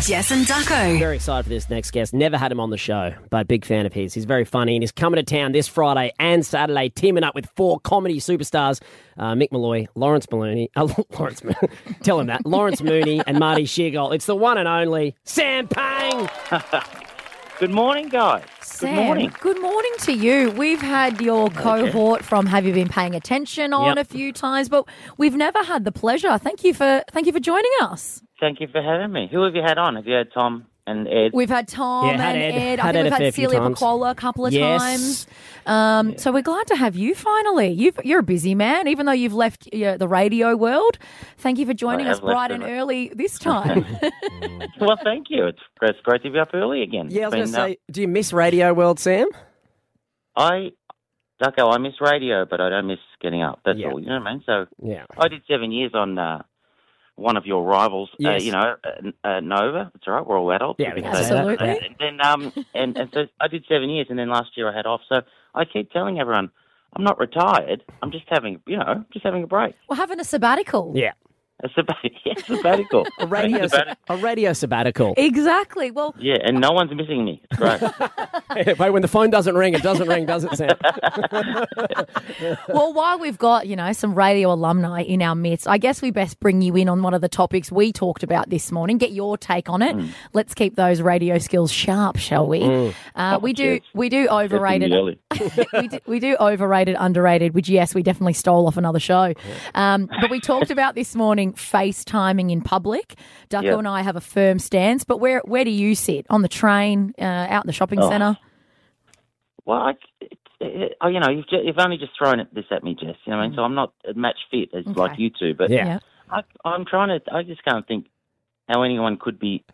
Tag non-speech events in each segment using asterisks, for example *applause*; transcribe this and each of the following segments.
Jess and Ducko. Very excited for this next guest. Never had him on the show, but big fan of his. He's very funny and he's coming to town this Friday and Saturday, teaming up with four comedy superstars uh, Mick Malloy, Lawrence Maloney, *laughs* uh, Lawrence, Mo- tell him that, Lawrence Mooney, and Marty Sheargold. It's the one and only Sam Pang. Good morning, guys. Sam, Good morning. good morning to you. We've had your cohort from Have You Been Paying Attention Yep. on a few times, but we've never had the pleasure. Thank you for thank you for joining us. Thank you for having me. Who have you had on? Have you had Tom and Ed? We've had Tom Yeah, had and Ed. Ed. I Had Ed think a we've fair had few Celia times. Bacola a couple of Yes. times. Um, So we're glad to have you finally. You've, you're a busy man, even though you've left yeah, the radio world. Thank you for joining have us bright left and it. early this time. *laughs* *laughs* well, thank you. It's, it's great to be up early again. uh, Yeah, I was going Been, to say, do you miss Radio World, Sam? uh, I, Ducko, I miss radio, but I don't miss getting up. That's Yeah. all. You know what I mean? So Yeah. I did seven years on uh, one of your rivals. Yes. Uh, you know, uh, uh, Nova. It's all right. We're all adults. Yeah, We we can can say that. Absolutely. And then, um, and, and so I did seven years, and then last year I had off. So I keep telling everyone, I'm not retired. I'm just having, you know, just having a break. We're having a sabbatical. Yeah. A sabbat- *laughs* yeah, sabbatical. A radio, A sabbatical. a radio *laughs* sabbatical. Exactly. Well, Yeah, and no one's missing me. It's *laughs* great. Wait, when the phone doesn't ring, it doesn't ring, does it, Sam? Well, while we've got, you know, some radio alumni in our midst, I guess we best bring you in on one of the topics we talked about this morning. Get your take on it. Hmm. Let's keep those radio skills sharp, shall we? Uh, we do cheers. we do overrated Early. *laughs* we, do, we do overrated, underrated, which, yes, we definitely stole off another show. Um, but we talked about this morning FaceTiming in public. Ducko Yeah. and I have a firm stance, but where where do you sit? On the train, uh, out in the shopping Oh. centre? Well, I, it, it, oh, you know, you've, ju- you've only just thrown it, this at me, Jess. You Mm. know what I mean? So I'm not a match fit as like you two, but Yeah. I, I'm trying to. I just can't think how anyone could be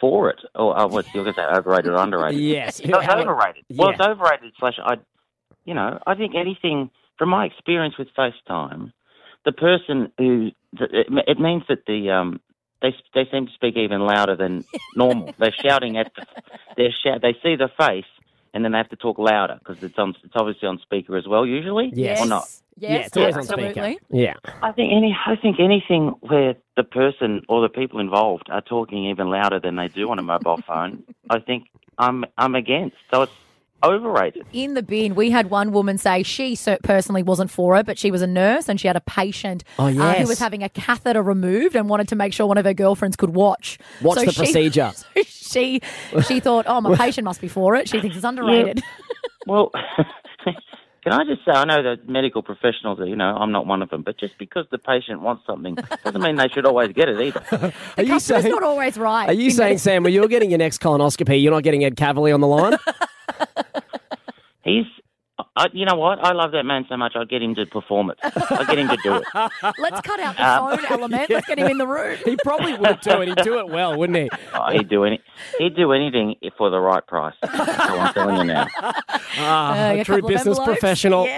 for it. Or uh, what's you're going to say overrated or underrated? Yes. *laughs* It's overrated. Well, Yeah. it's overrated. Slash, I, you know, I think anything from my experience with FaceTime, the person who th- it me- it means that the um they s- they seem to speak even *laughs* louder than normal. They're shouting at the they're shout, they see the face and then they have to talk louder because it's on it's obviously on speaker as well usually Yes. or not. Yeah, Yes, it's always on absolutely. speaker. Yeah. I think any I think anything where the person or the people involved are talking even louder than they do on a mobile phone, I think I'm I'm against. So it's overrated. in the bin, we had one woman say she so- personally wasn't for it, but she was a nurse and she had a patient Oh, uh, yes. who was having a catheter removed and wanted to make sure one of her girlfriends could watch. What's So the she- procedure? *laughs* so she she thought, oh, my patient must be for it. She thinks it's underrated. Well, *laughs* can I just say, I know that medical professionals, are, you know, I'm not one of them, but just because the patient wants something doesn't mean they should always get it either. Are *laughs* you Customer's saying? not always right. Are you in saying, medicine. Sam, when you're getting your next colonoscopy, you're not getting Ed Cavalier on the line? He's, I, you know what? I love that man so much, I'd get him to perform it. I'd get him to *laughs* do it. Let's cut out the Um, phone element. Let's get him in the room. *laughs* he probably would do it. He'd do it well, wouldn't he? Oh, he'd, do any, he'd do anything for the right price. That's all I'm telling *laughs* you now. Ah, Uh, a a true couple of business *laughs* envelopes. professional.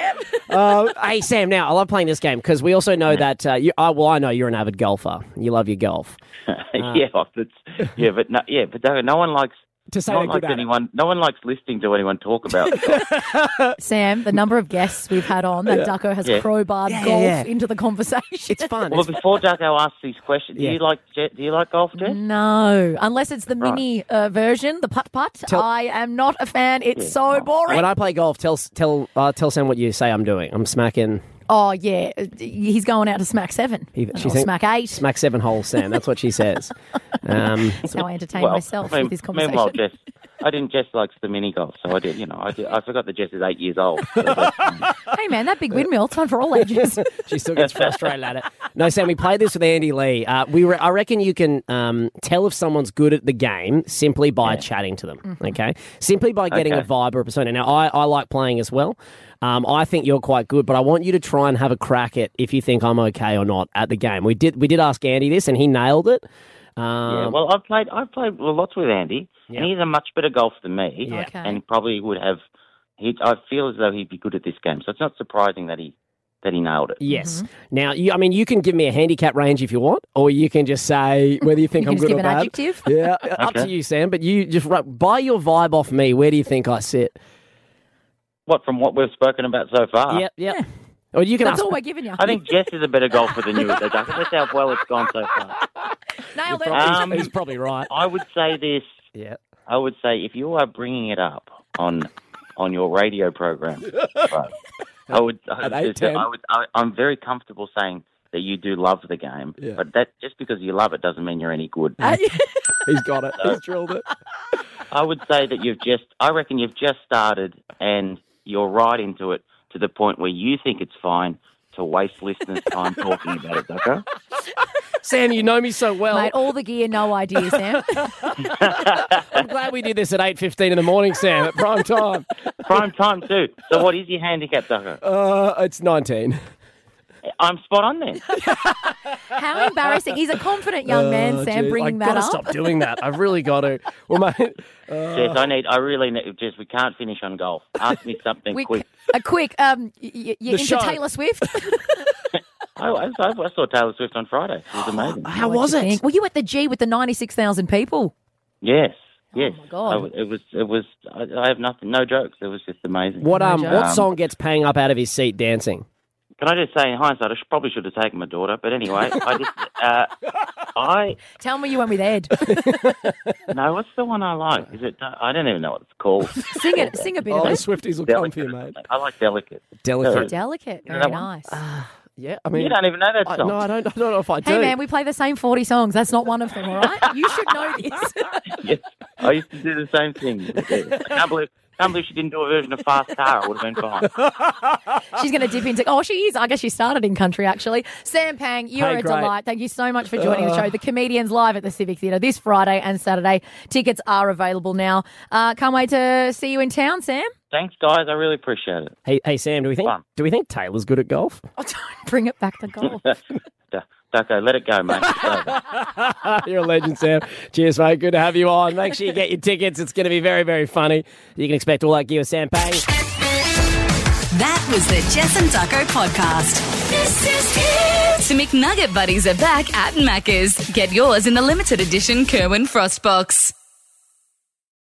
Uh, hey, Sam, now, I love playing this game because we also know that, uh, you, uh, well, I know you're an avid golfer. You love your golf. *laughs* yeah, that's, yeah, but no, yeah, but no, no one likes. To say no one they're good at likes it. anyone. No one likes listening to anyone *laughs* talk about. it. Sam, the number of guests we've had on that Ducko has Yeah. crowbarred Yeah, yeah, golf yeah. into the conversation. It's fun. well, It's- before Ducko asks these questions, Yeah. do you like Je- do you like golf, Jess? No, unless it's the Right. mini uh, version, the putt putt. Tell- I am not a fan. It's so boring. when I play golf, tell tell uh, tell Sam what you say I'm doing. I'm smacking oh yeah, he's going out to smack seven. He- Or she think- smack eight. smack seven holes, Sam. That's what she *laughs* says. Um, That's how I entertain myself mean- with this conversation. Meanwhile, Jess, I didn't. Jess likes the mini golf, so I did. You know, I, did, I forgot that Jess is eight years old. So that's- hey man, that big windmill. It's fun for all *laughs* ages. She still gets frustrated at it. No, Sam, we played this with Andy Lee. Uh, we re- I reckon you can um, tell if someone's good at the game simply by chatting to them, Mm-hmm. okay? Simply by getting Okay. a vibe or a persona. Now, I, I like playing as well. Um, I think you're quite good, but I want you to try and have a crack at if you think I'm okay or not at the game. We did we did ask Andy this, and he nailed it. Um, yeah, well, I've played. I've played lots with Andy, Yeah. and he's a much better golf than me. Yeah. Okay. and probably would have. He, I feel as though he'd be good at this game, so it's not surprising that he that he nailed it. Yes. Mm-hmm. Now, you, I mean, you can give me a handicap range if you want, or you can just *laughs* say whether you think You I'm can just good give or an bad. adjective. Yeah, up to Okay. you, Sam. But you just right, buy your vibe off me. Where do you think I sit? What from what we've spoken about so far? Yep, yep. Or you can That's ask. all we're giving you. *laughs* I think Jess is a better golfer than you. at the Duck. That's how well it's gone so far. Nailed probably- it. *laughs* Um, he's probably right. I would say this. Yeah. I would say if you are bringing it up on on your radio program, right, I would. I, At would just- 8:10. I would. I, I'm very comfortable saying that you do love the game, Yeah. but that just because you love it doesn't mean you're any good. Uh, He's got it. He's drilled it. I would say that you've just. I reckon you've just started, and you're right into it to the point where you think it's fine to waste listeners' *laughs* time talking about it, Ducker. Sam, you know me so well. Oh, Mate, all the gear, no *laughs* idea, Sam. I'm glad we did this at 8.15 in the morning, Sam, at prime time. Prime time too. So what is your handicap, Ducker? Uh, it's 19. I'm spot on then. How embarrassing. He's a confident young man, Oh, Sam, geez. bringing I've that gotta up. stop doing that. I've really got to. Well, mate, uh, Jess, I need. I really need. Jess, we can't finish on golf. Ask me something We, quick. a quick, um, y- y- you The into show. Taylor Swift? I, I, I I saw Taylor Swift on Friday. It was *gasps* amazing. how What'd was you it? think? Were you at the G with the 96,000 people? yes, Oh yes. my God. I w- it was. It was. I, I have nothing. No jokes. It was just amazing. What um, joke. what song gets Pang up out of his seat dancing? Can I just say, in hindsight, I should, probably should have taken my daughter. But anyway, I just. *laughs* Uh, I Tell me you went with Ed. no. What's the one I like? Is it? I don't even know what it's called. *laughs* Sing it. Sing a bit Oh, of the it. Swifties will come for you, mate. I like delicate. Delicate. Delicate. know Very that one? nice. Yeah, I mean, You don't even know that I, song. no, I don't, I don't know if I do. hey, man, we play the same 40 songs. That's not one of them, all right? You should know this. *laughs* *laughs* yes, I used to do the *laughs* same thing. I can't believe. Can't believe she didn't do a version of Fast Car. I would have been fine. She's going to dip into. Oh, she is. I guess she started in country, actually. Sam Pang, you're Hey, a great. delight. Thank you so much for joining the show. The Comedians Live at the Civic Theatre this Friday and Saturday. Tickets are available now. Uh, can't wait to see you in town, Sam. *laughs* Thanks, guys. I really appreciate it. *laughs* Hey, hey, Sam, do we think Fun. do we think Taylor's good at golf? Oh, don't bring it back to golf. D- Ducko, let it go, mate. It's over. You're a legend, Sam. Cheers, mate. Good to have you on. Make sure you get your tickets. It's going to be very, very funny. You can expect all that gear with Sam Pang. That was the Jess and Ducko podcast. This is it. The McNugget Buddies are back at Macca's. Get yours in the limited edition Kerwin Frostbox.